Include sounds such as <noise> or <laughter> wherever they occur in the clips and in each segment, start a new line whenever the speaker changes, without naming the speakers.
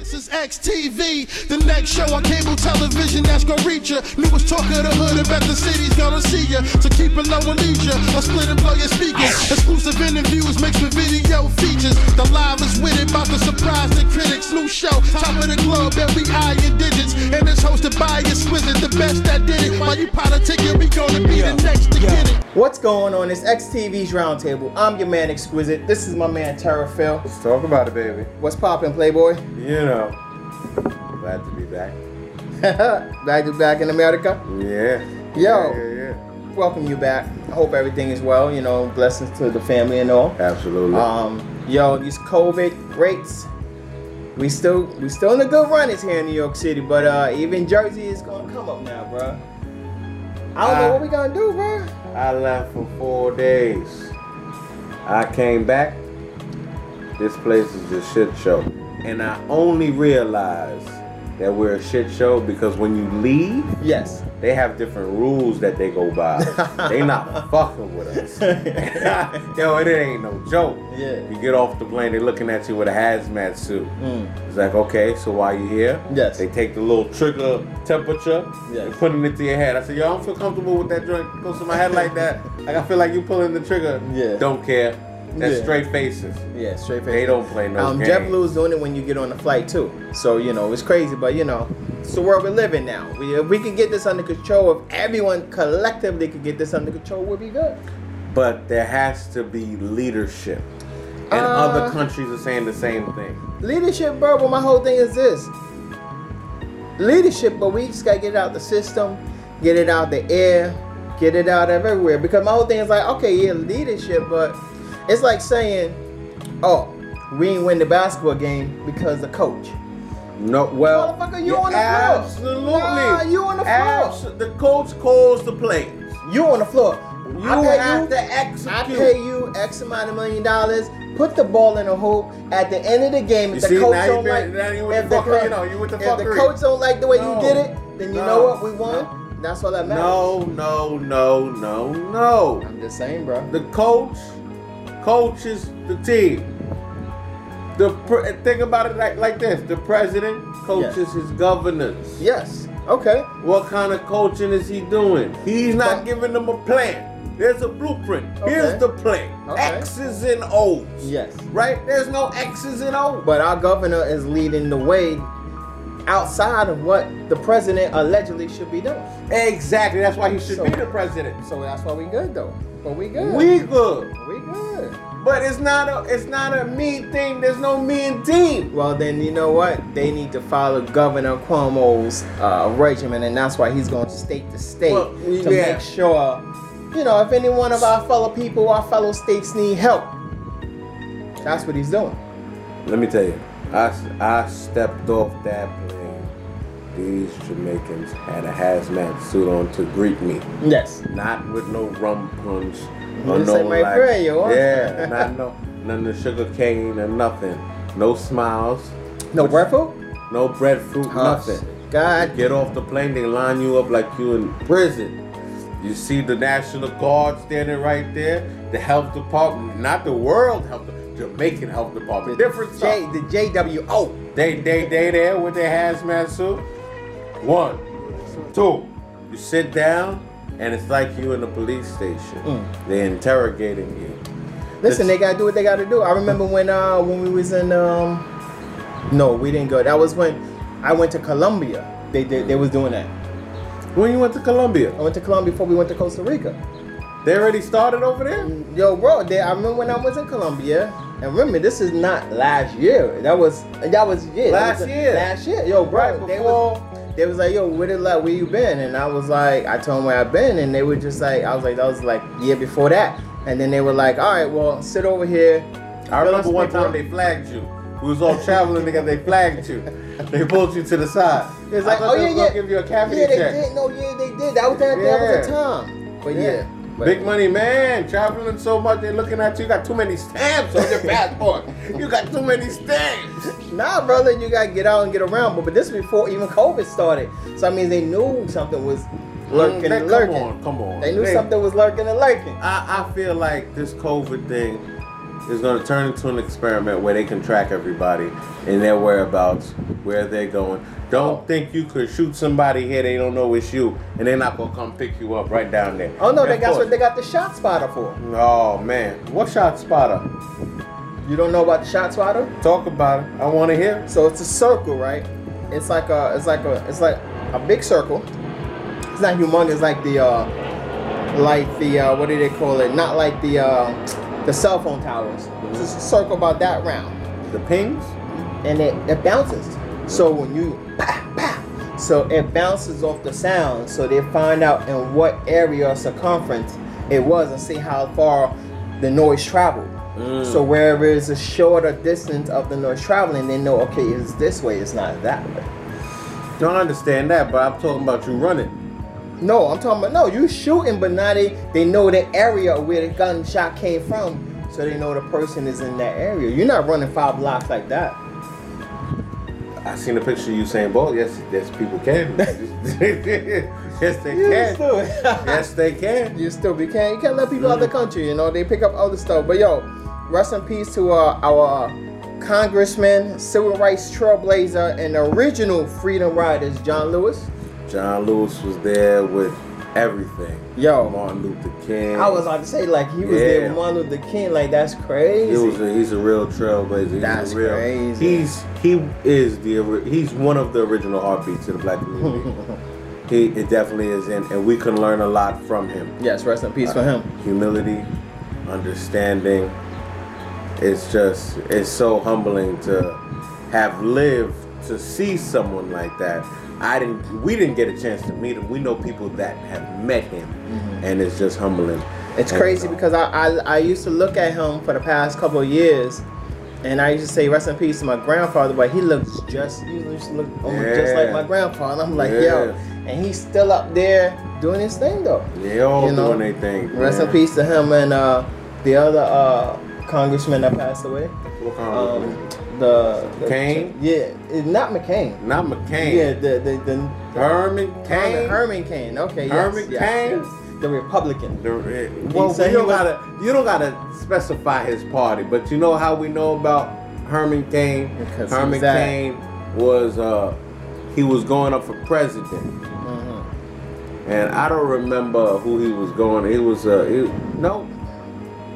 is XTV, the next show on cable television that's gonna reach ya. Newest talk of the hood about the city's gonna see ya. So keep it low and leisure, or split and blow your speakers. Exclusive interviews mixed with video features. The live is with it, about to surprise the critics. New show, top of the globe, every eye in digits. And it's hosted by exquisite, the best that did it. While you politicking, we gonna be the next to get it.
What's going on? It's XTV's Roundtable. I'm your man Exquisite. This is my man Tara Phil.
Let's talk about it, baby.
What's poppin', Playboy? <laughs>
You know, glad to be back.
back to back in America.
Yeah.
Yo.
Yeah, yeah,
Welcome you back. I hope everything is well. You know, blessings to the family and all.
yeah. Absolutely.
Um, yo, these COVID rates. We still we still in the good runnings here in New York City, but uh even Jersey is gonna come up now, bruh. I don't know
Uh,
what we gonna do, bruh.
I left for four days. I came back. This place is a shit show. And I only realized that we're a shit show because when you leave,
Yes.
they have different rules that they
<laughs>
go by. they not fucking with us. Yo, it ain't no joke.
Yeah.
You get off the plane, they looking at you with a hazmat suit. It's like, okay, so why you here?
Mm. Yes.
They take the little trigger temperature,
Yes.
they put it into your head. I said, yo, I don't feel comfortable with that joint close to my head like that. Like I feel like you pulling the trigger.
Yeah.
Don't care. That's
Yeah.
straight faces.
Yeah, straight face.
They don't play no
um,
games.
JetBlue's doing it when you get on the flight too. So you know it's crazy, but you know it's the world we live in now. We, if we could get this under control, if everyone collectively could get this under control, we'll be good.
But there has to be leadership. And
Uh,
other countries are saying the same thing.
Leadership, bro. But my whole thing is this: leadership, but we just gotta get it out the system, get it out the air, get it out of everywhere. Because my whole thing is like, okay, yeah, leadership, but it's like saying, oh, we ain't win the basketball game because the coach.
No, well,
Motherfucker, you
yeah,
on the floor.
Absolutely,
Nah, you on the floor.
Abso- the coach calls the plays.
You on the floor.
You
I pay
have
you,
to execute.
I pay you X amount of million dollars. Put the ball in the hoop. At the end of the game, if
You
the
see,
coach
now you
don't
been-
like,
now you with
if
the
the
fuckery,
coach-
you know, you with the
if the
fuckery.
coach don't like the way you
No.
did it, then you
No.
know what? We won. That's all that matters.
No, no, no, no, no.
I'm just saying, bro.
The coach coaches the team. The pre- think about it like, like this: the president coaches
Yes.
his governors.
Yes. Okay.
What kind of coaching is he doing? He's not
But-
giving them a plan. There's a blueprint.
Okay.
Here's the plan.
Okay.
X's and O's.
Yes.
Right? There's no X's and O's.
But our governor is leading the way outside of what the president allegedly should be doing.
Exactly. That's why he should
So-
be the president.
So that's why we good though. But we good.
We good.
we good.
But it's not a it's not a mean thing. There's no mean team.
Well, then you know what? They need to follow Governor Cuomo's uh, regimen, and that's why he's going state to state
Well,
to
yeah.
make sure, you know, if any one of our fellow people, our fellow states need help, that's what he's doing.
Let me tell you, I, I stepped off that plane. These Jamaicans had a hazmat suit on to greet me.
Yes.
Not with no rum punch or
You
no
say my
like,
prayer, you want?
Yeah, not no none of the sugar cane or nothing. No smiles,
No Werfel?
no breadfruit, nothing.
God.
Get off the plane, they line you up like you in prison. You see the National Guard standing right there, the health department, not the world health, Jamaican health department, different
J,
stuff.
the JWO.
They they they there with their hazmat suit. One, two. You sit down, and it's like you in a police station. They're interrogating you.
Listen,
This-
they gotta do what they gotta do. I remember when uh when we was in um no we didn't go. That was when I went to Colombia. They did they was doing that.
When you went to
I
Colombia,
went to Colombia before we went to Costa Rica.
they already started over there.
Yo, bro, they, I remember when I was in Colombia, and remember this is not last year. That was that was yeah, that
Last
was,
year.
last year. Yo, bro,
Right
they was they was like, yo, where the like where you been? And I was like, I told them where I've been, and they were just like, I was like, that was like year before that, and then they were like, all right, well, sit over here.
I
Fill
remember
us
one time
paperwork."
they flagged you. We was
<laughs>
all traveling together. They flagged you. They pulled you to the side.
It's
I
like,
thought
oh
they
yeah,
was gonna
yeah.
Give you a cavity
yeah, they
check.
did. No, yeah, they did. That was that, that was a
Yeah.
time. But yeah, but-
Big money man, traveling so much, they're looking at you. You got too many
<laughs>
stamps on your passport. you got too many stamps.
Nah, brother, you gotta get out and get around. But, but this was before even COVID started. So I mean, they knew something was lurking
Like,
and
Mm, come
lurking.
on, come on.
They knew
They-
something was lurking and lurking.
I, I feel like this COVID thing is going to turn into an experiment where they can track everybody and their whereabouts, where they're going. Don't think you could shoot somebody here they don't know it's you, and they're not going to come pick you up right down there.
Oh no, they
Of
got what
course.
they got the shot spotter for.
Oh man, what shot spotter?
You don't know about the shot spotter?
Talk about it. I want to hear.
So it's a circle, right? It's like a, it's like a, it's like a big circle. It's not humongous, like the, uh, like the, uh, what do they call it? Not like the, uh, the cell phone towers. It's just a circle about that round,
The pings?
and it, it bounces. So when you, pow, pow, so it bounces off the sound. So they find out in what area or circumference it was, and see how far the noise traveled. So wherever is a shorter distance of the noise traveling, they know okay, it's this way, it's not that way.
Don't understand that, but I'm talking about you running.
No, I'm talking about no, you shooting, but now they they know the area where the gunshot came from, so they know the person is in that area. You're not running five blocks like that.
I seen a picture of Usain Bolt. Yes, yes, people can. <laughs> yes, they
You
can.
still,
<laughs> Yes, they can.
you still be can't you can't let people out the country. You know they pick up other stuff. But yo, rest in peace to uh, our uh, congressman, civil rights trailblazer, and original freedom riders, John Lewis.
John Lewis was there with everything.
Yo.
Martin Luther King.
I was about to say, like, he was there
Yeah.
with Martin Luther King. Like, that's crazy.
He was a, he's a real trailblazer. He's
That's
a real,
crazy.
He's he is the ori- he's one of the original heartbeats of the black community.
<laughs>
he it definitely is, and, and we can learn a lot from him.
yes, rest in peace for him.
Humility, understanding. It's just it's so humbling to have lived to see someone like that. I didn't. We didn't get a chance to meet him. We know people that have met him, and it's just humbling.
Mm-hmm. It's
And,
crazy
uh,
because I, I I used to look at him for the past couple of years, and I used to say rest in peace to my grandfather, but he looks just he used to look almost just like
Yeah.
my grandfather. I'm like,
Yeah.
yo, and he's still up there doing his thing though.
they all
you know,
doing their thing.
Rest in
man.
peace to him and uh, the other uh, congressman that passed away.
What kind of-
Um, the, the
McCain?
yeah, it- not McCain.
Not McCain.
Yeah, the the, the
Herman Cain.
Herman, Herman Cain. Okay, yes,
Herman
yes,
Cain?
yes. the Republican.
The- eh, well,
said
you
he
don't
was-
gotta you don't gotta specify his party, but you know how we know about Herman Cain.
Because he
Herman
was that.
Cain was uh he was going up for president,
Mhm.
and I don't remember who he was going. He was uh he, no,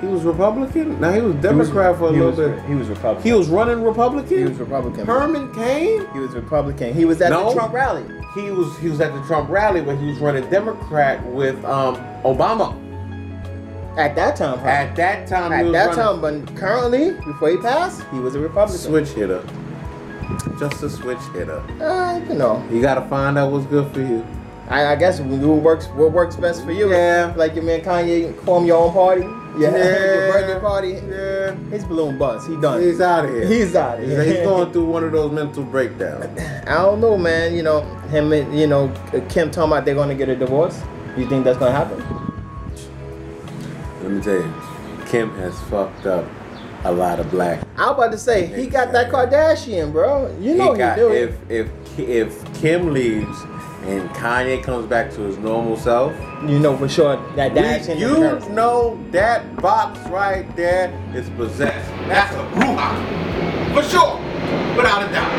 he was Republican. No, he was
He was-
Democrat for a
he
little
was-
bit.
He was Republican.
He was running Republican.
He was Republican.
Herman Cain.
He was Republican. He was at
No.
the Trump rally.
He was he was at the Trump rally where he was running Democrat with um Obama.
At that time, probably.
At that time, he
At
was
that
running-
time, but currently, before he passed, he was a Republican.
Switch hitter. Just a switch hitter.
Uh, you know,
You gotta find out what's good for you.
I, I guess what works what works best for you.
Yeah.
Like your man Kanye, form your own party. Yeah.
Yeah.
<laughs> your birthday party.
Yeah.
His balloon bust. He done.
He's out of here.
He's outta
He's-
here.
He's going through one of those mental
<laughs>
breakdowns.
I don't know, man. You know, him and you know Kim talking about they're gonna get a divorce. You think that's gonna happen?
Let me tell you, Kim has fucked up a lot of black.
I'm about to say he got that Kardashian, bro. You know he, do it.
if if if Kim leaves and Kanye comes back to his normal self,
You know for sure that
we-
Dash and
you know that box right there is possessed. That's a bruja, for sure, without a doubt.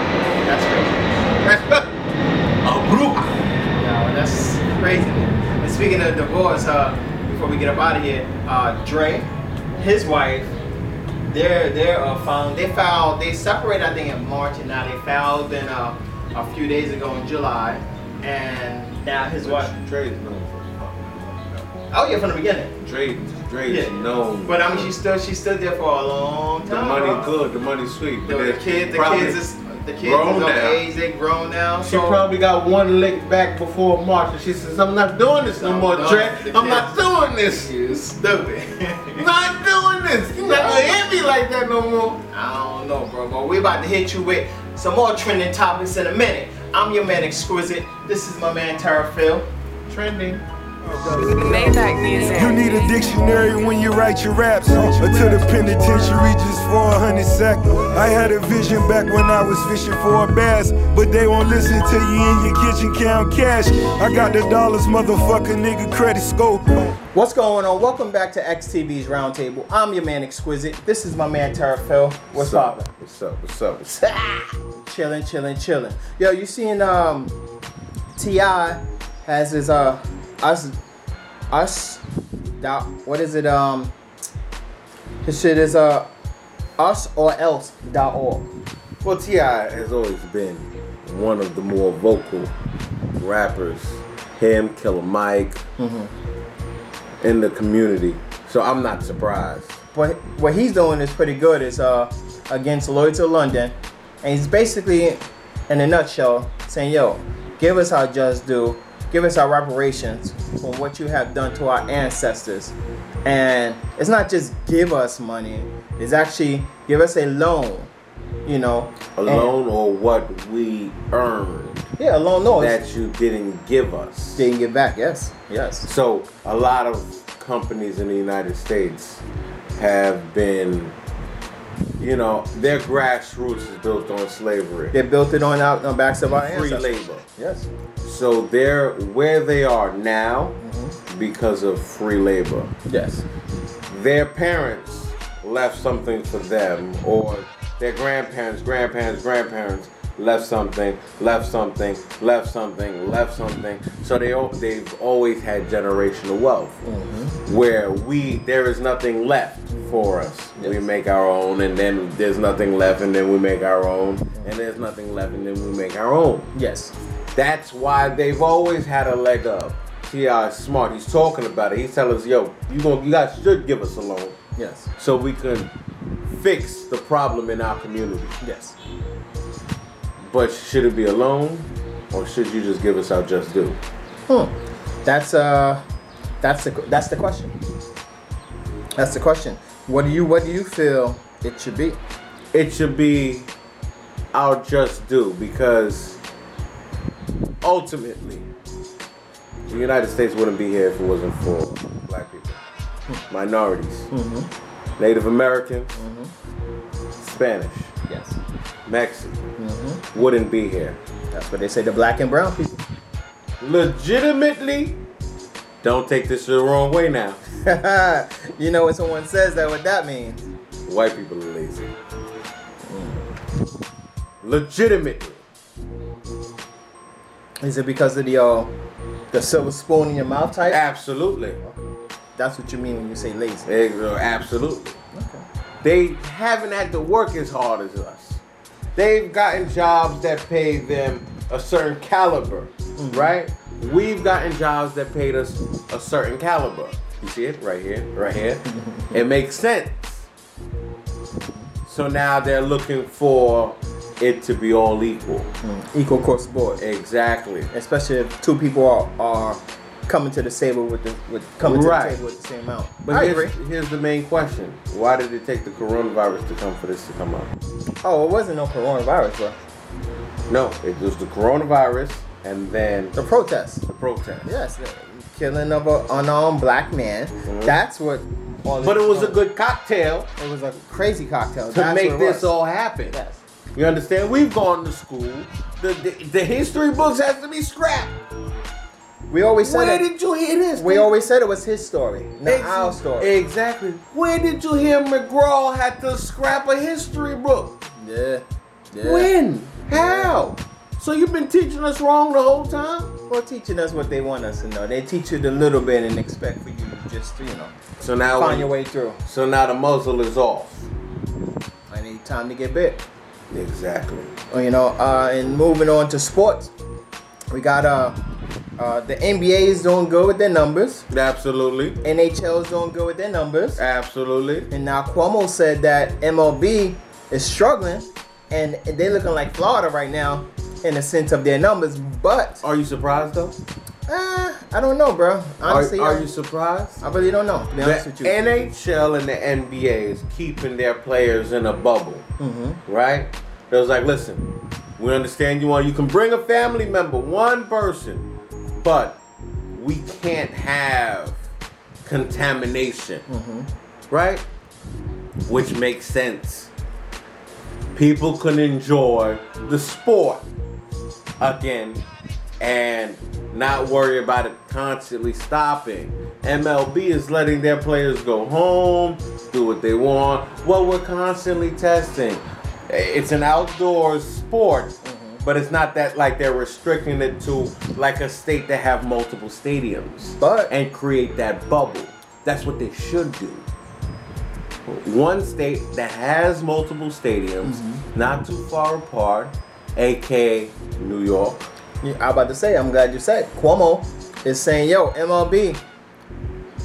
That's crazy.
That's <laughs> a bruja.
No, that's crazy. And speaking of divorce, uh, before we get up out of here, uh, Dre, his wife, they're they're uh, found. They filed. They separated, I think, in March, and now they filed in uh, a few days ago in July, and now his wife.
Dre's known for
Oh yeah, from the beginning.
Dre, Dre's
Yeah.
known.
But I mean, she's still she's still there for a long
the
time.
money
bro.
good, the money sweet. But
Yo, the
there's
kid, the
probably-
kids is the kids is
grown
of
now.
age. They grown now.
She
so
probably got one lick back before March, and she says, "I'm not doing this no
I'm
more,
done.
Dre.
The
I'm not
kids-
doing
<laughs>
this.
you stupid. <laughs>
I'm not doing this. You're not gonna hit me like that no more."
I don't know, bro, but we about to hit you with some more trending topics in a minute. I'm your man Exquisite. This is my man Tara Phil.
Trending.
Maybach music.
You need a dictionary when you write your raps. Until the penitentiary just for a hundred sec. I had a vision back when I was fishing for a bass, but they won't listen to you in your kitchen count cash. I got the dollars, motherfucker, nigga, credit scope.
What's going on? Welcome back to XTV's Roundtable. I'm your man Exquisite. This is my man Tara Phil. What's poppin'?
up? What's up? What's up? What's <laughs>
Chilling, chilling, chilling. Yo, you seen um Ti has his uh us us dot what is it um his shit is uh us or else dot org.
up? Well, Ti has always been one of the more vocal rappers. Him, Killer Mike, in the community. So I'm not surprised.
What what he's doing is pretty good. Is uh against Lloyd to London, and he's basically in a nutshell saying, "Yo, give us our just due, give us our reparations for what you have done to our ancestors." And it's not just give us money; it's actually give us a loan. You know,
A
and-
loan or what we earned
yeah, a loan. No, it's-
that you didn't give us.
they can get back. Yes, yes.
So a lot of companies in the United States have been, you know, their grassroots is built on slavery,
They built it on out on backs of our
free
ancestors.
labor.
Yes.
So they're where they are now because of free labor.
Yes.
Their parents left something for them, or their grandparents, grandparents, grandparents left something, left something, left something, left something. So they al- they've always had generational wealth, where we there is nothing left for us. We make our own, and then there's nothing left, and then we make our own, and there's nothing left, and then we make our own.
Yes.
That's why they've always had a leg up. Ti is smart. He's talking about it. He's telling us, yo, you going you guys should give us a loan
Yes.
so we can fix the problem in our community.
Yes.
But should it be a loan, or should you just give us our just due?
Hmm. That's uh, that's the that's the question. That's the question. What do you what do you feel it should be?
It should be our just due because ultimately the United States wouldn't be here if it wasn't for black people, minorities, Native Americans, Spanish.
Yes.
Mexican wouldn't be here.
That's what they say. The black and brown people. <laughs>
Legitimately, don't take this the wrong way now.
you know when someone says that, what that means?
White people are lazy. Legitimately.
Is it because of the uh, the silver spoon in your mouth type?
Absolutely.
That's what you mean when you say lazy.
Ex- Absolutely.
Okay.
They haven't had to work as hard as us. They've gotten jobs that pay them a certain caliber,
Mm-hmm.
right? We've gotten jobs that paid us a certain caliber. You see it right here,
<laughs>
right here. it makes sense. So now they're looking for it to be all equal.
Equal course board.
Exactly.
Especially if two people are are coming to the table with the with coming to
Right.
the table with the same amount.
But
I agree.
here's, here's the main question: Why did it take the coronavirus to come for this to come up?
Oh, it wasn't no coronavirus, bro.
No, it was the coronavirus and then
The protests.
the protest.
Yes, the killing of an unarmed black man. That's what. All
Mm-hmm. But
this-
it was a good cocktail
It was a crazy cocktail
to
That's
make
what it
this
was.
all happen.
Yes.
You understand? We've gone to school. The, the, the history books has to be scrapped.
We always said
Where
it.
did you hear this?
we always said it was his story, not
Ex-
our story.
Exactly. Where did you hear McGraw had to scrap a history book?
yeah. Yeah.
When? How? So you've been teaching us wrong the whole time?
Well, teaching us what they want us to know. They teach you the little bit and expect for you to just, you know,
So now
find your way through.
So now the muzzle is off.
I need time to get bit.
Exactly.
you know, uh, and moving on to sports, we got uh, uh, the NBA is doing good with their numbers.
Absolutely.
NHL's doing good with their numbers.
Absolutely.
And now Cuomo said that MLB is struggling, and they looking like Florida right now in the sense of their numbers. But
Are you surprised though?
uh, I don't know, bro. Honestly,
are,
I,
are you surprised?
I really don't know. To be honest
the
with you,
NHL and the NBA is keeping their players in a bubble, right? They was like, listen, we understand you want you can bring a family member, one person, but we can't have contamination, right? Which makes sense. People can enjoy the sport again and not worry about it constantly stopping. MLB is letting their players go home, do what they want. Well, we're constantly testing. It's an outdoor sport, but it's not that like they're restricting it to like a state that have multiple stadiums
But-
and create that bubble. That's what they should do one state that has multiple stadiums,
Mm-hmm.
not too far apart, aka New York.
Yeah, I'm about to say, I'm glad you said. Cuomo is saying, yo, MLB,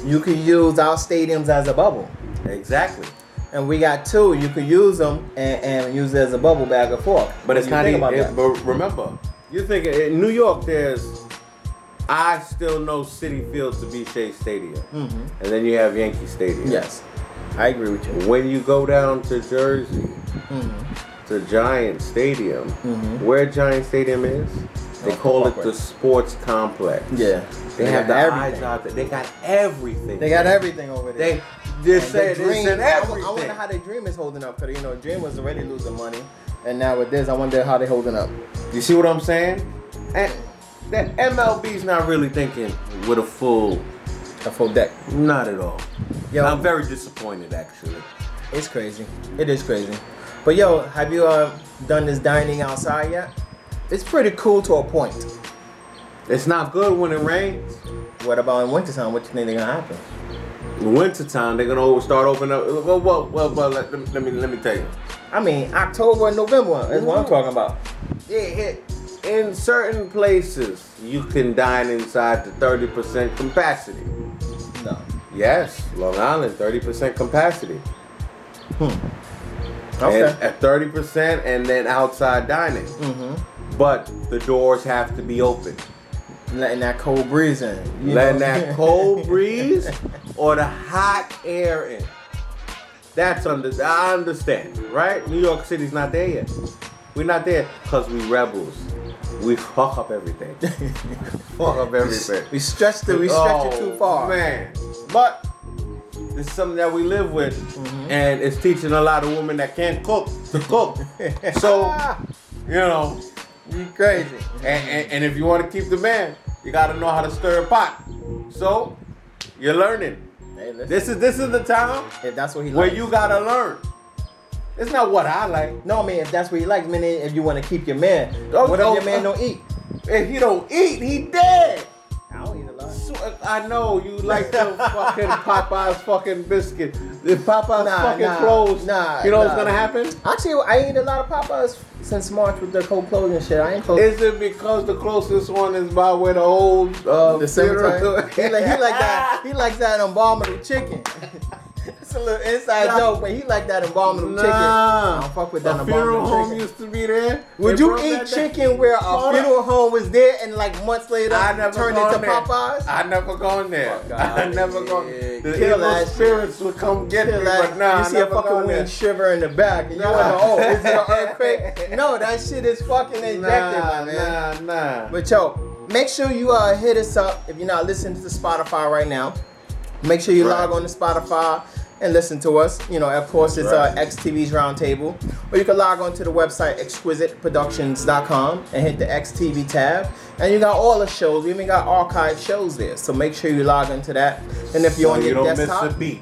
you can use our stadiums as a bubble.
Exactly.
And we got two, you could use them and, and use it as a bubble back and forth.
But it's
What do you
not
think
even.
about
It,
that?
but remember, you're thinking in New York. There's, I still know City Field to be Shea Stadium, and then you have Yankee Stadium.
Mm-hmm. Yes, I agree with you.
When you go down to Jersey,
Mm-hmm.
to Giant Stadium, where Giant Stadium is, they
Oh,
call it
Mm-hmm. Parkway.
the Sports Complex.
Yeah.
They, have the
got
eyes out there. They got everything.
They got everything over there.
They just
They
said it's in
I, wonder- I
everything.
wonder how the dream is holding up because you know dream was already losing money, and now with this, I wonder how they holding up.
You see what I'm saying? And that MLB's not really thinking with a full.
A full deck.
Not at all.
Yo.
I'm very disappointed actually.
It's crazy. It is crazy. But yo, have you uh, done this dining outside yet? It's pretty cool to a point.
It's not good when it rains.
What about in wintertime? What you think they gonna happen?
In wintertime, they're gonna always start opening up. Well, well, well, well let, let me- let me let me tell you.
I mean, October and November is what I'm talking about.
Yeah, it, in certain places, you can dine inside to 30% capacity.
No.
Yes, Long Island, 30% capacity.
Okay.
and at thirty percent, and then outside dining.
Mm-hmm.
But the doors have to be open.
letting that cold breeze in. you
Letting
know? <laughs>
that cold breeze <laughs> or the hot air in. That's under. I understand, right? New York City's not there yet. We're not there because we rebels. We <laughs> fuck
<laughs>
up everything. fuck up everything.
we stretched it. We stretched it
Oh,
too far.
man. But this is something that we live with,
Mm-hmm.
and it's teaching a lot of women that can't cook to
<laughs>
cook. so,
Ah.
you know,
You crazy.
and, and, and if you want to keep the man, you got to know how to stir a pot. So, you're learning.
Hey, listen,
This is this is the time
if that's what he
where
likes.
you gotta learn. It's not what I like.
No, man, if that's what you like, meaning if you want to keep your man,
Oh,
what if
oh,
your man
uh,
don't eat?
If he don't eat, he dead.
I don't eat a lot.
So, uh, I know you like the
<laughs>
fucking Popeye's fucking biscuit. The Popeye's
Nah,
fucking
nah,
clothes.
nah,
you know what's
nah.
gonna happen?
Actually, I ain't a lot of Popeyes since March with the cold clothes and shit. I ain't close.
Is it because the closest one is by where the old uh,
the
<laughs>
cemetery.
funeral-
he, like, he like
<laughs>
that. He likes that embalming chicken. it's a little inside
Nah.
joke, but he like that embalming chicken. I
Nah,
don't fuck with
the
that
funeral home
embalming chicken.
used to be there.
Would
They
you
brought
eat
that down.
chicken where a
Hold
funeral home was there and like months later
I never
turned
gone
into
there.
Popeyes?
I never gone there.
Fuck
<laughs> I
outta
never
here.
gone. The
Kill
evil
that shit.
spirits would come get
feel
me,
like
but
you
nah, I
see a
never gone
fucking
there.
wind shiver in the back, and you
Nah.
wanna, oh, is it an
<laughs>
earthquake? no, that shit is fucking ejected,
Nah,
my man.
nah, nah.
But yo, make sure you uh, hit us up if you're not listening to Spotify right now. Make sure you
Right.
log on to Spotify and listen to us. You know, of course, it's
Right.
uh, XTV's Roundtable. Or you can log on to the website exquisiteproductions.com and hit the XTV tab. And you got all the shows. We even got archived shows there. So make sure you log into that. And if you're
So
on
you
your
don't
desktop,
miss a beat.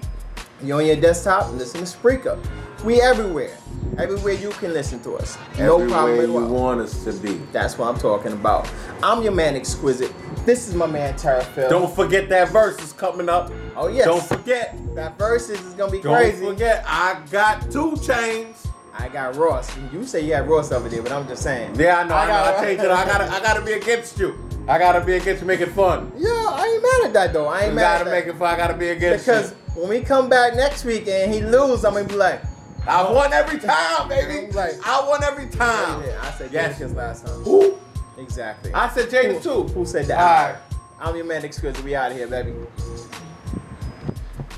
you're on your desktop, listen to Spreaker. We everywhere. Everywhere you can listen to us. no problem
Everywhere
at
you
all.
want us to be.
That's what I'm talking about. I'm your man Exquisite. This is my man Tara Phil.
Don't forget that verse is coming up.
Oh, yes.
Don't forget.
that versus is gonna be
Don't
crazy.
forget. I got two chains.
I got Ross. You say you had Ross over there, but I'm just saying.
Yeah, I know. I, know.
got-
I changed it. I gotta. I gotta be against you. I gotta be against you. Make it fun.
Yeah, I ain't mad at that though. I ain't
You
mad
gotta
at
make
that.
it fun. I gotta be against
because
you.
when we come back next week and he lose, I'm gonna be like,
I won every time, baby.
Right.
I won every time.
yeah, I said
Ah, Yes.
yes last time.
Who?
Exactly.
I said Jaden
who,
too.
Who said that?
All right.
I'm your man Exquisite. We out of here, baby.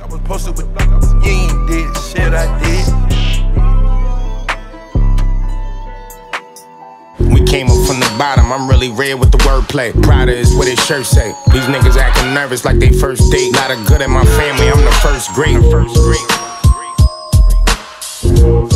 I was posted with you ain't did shit I did. We can't
Came up from the bottom, I'm really red with the wordplay. Prada is what his shirt say. These niggas acting nervous like they first date. Lot of good in my family, I'm the first great. First great.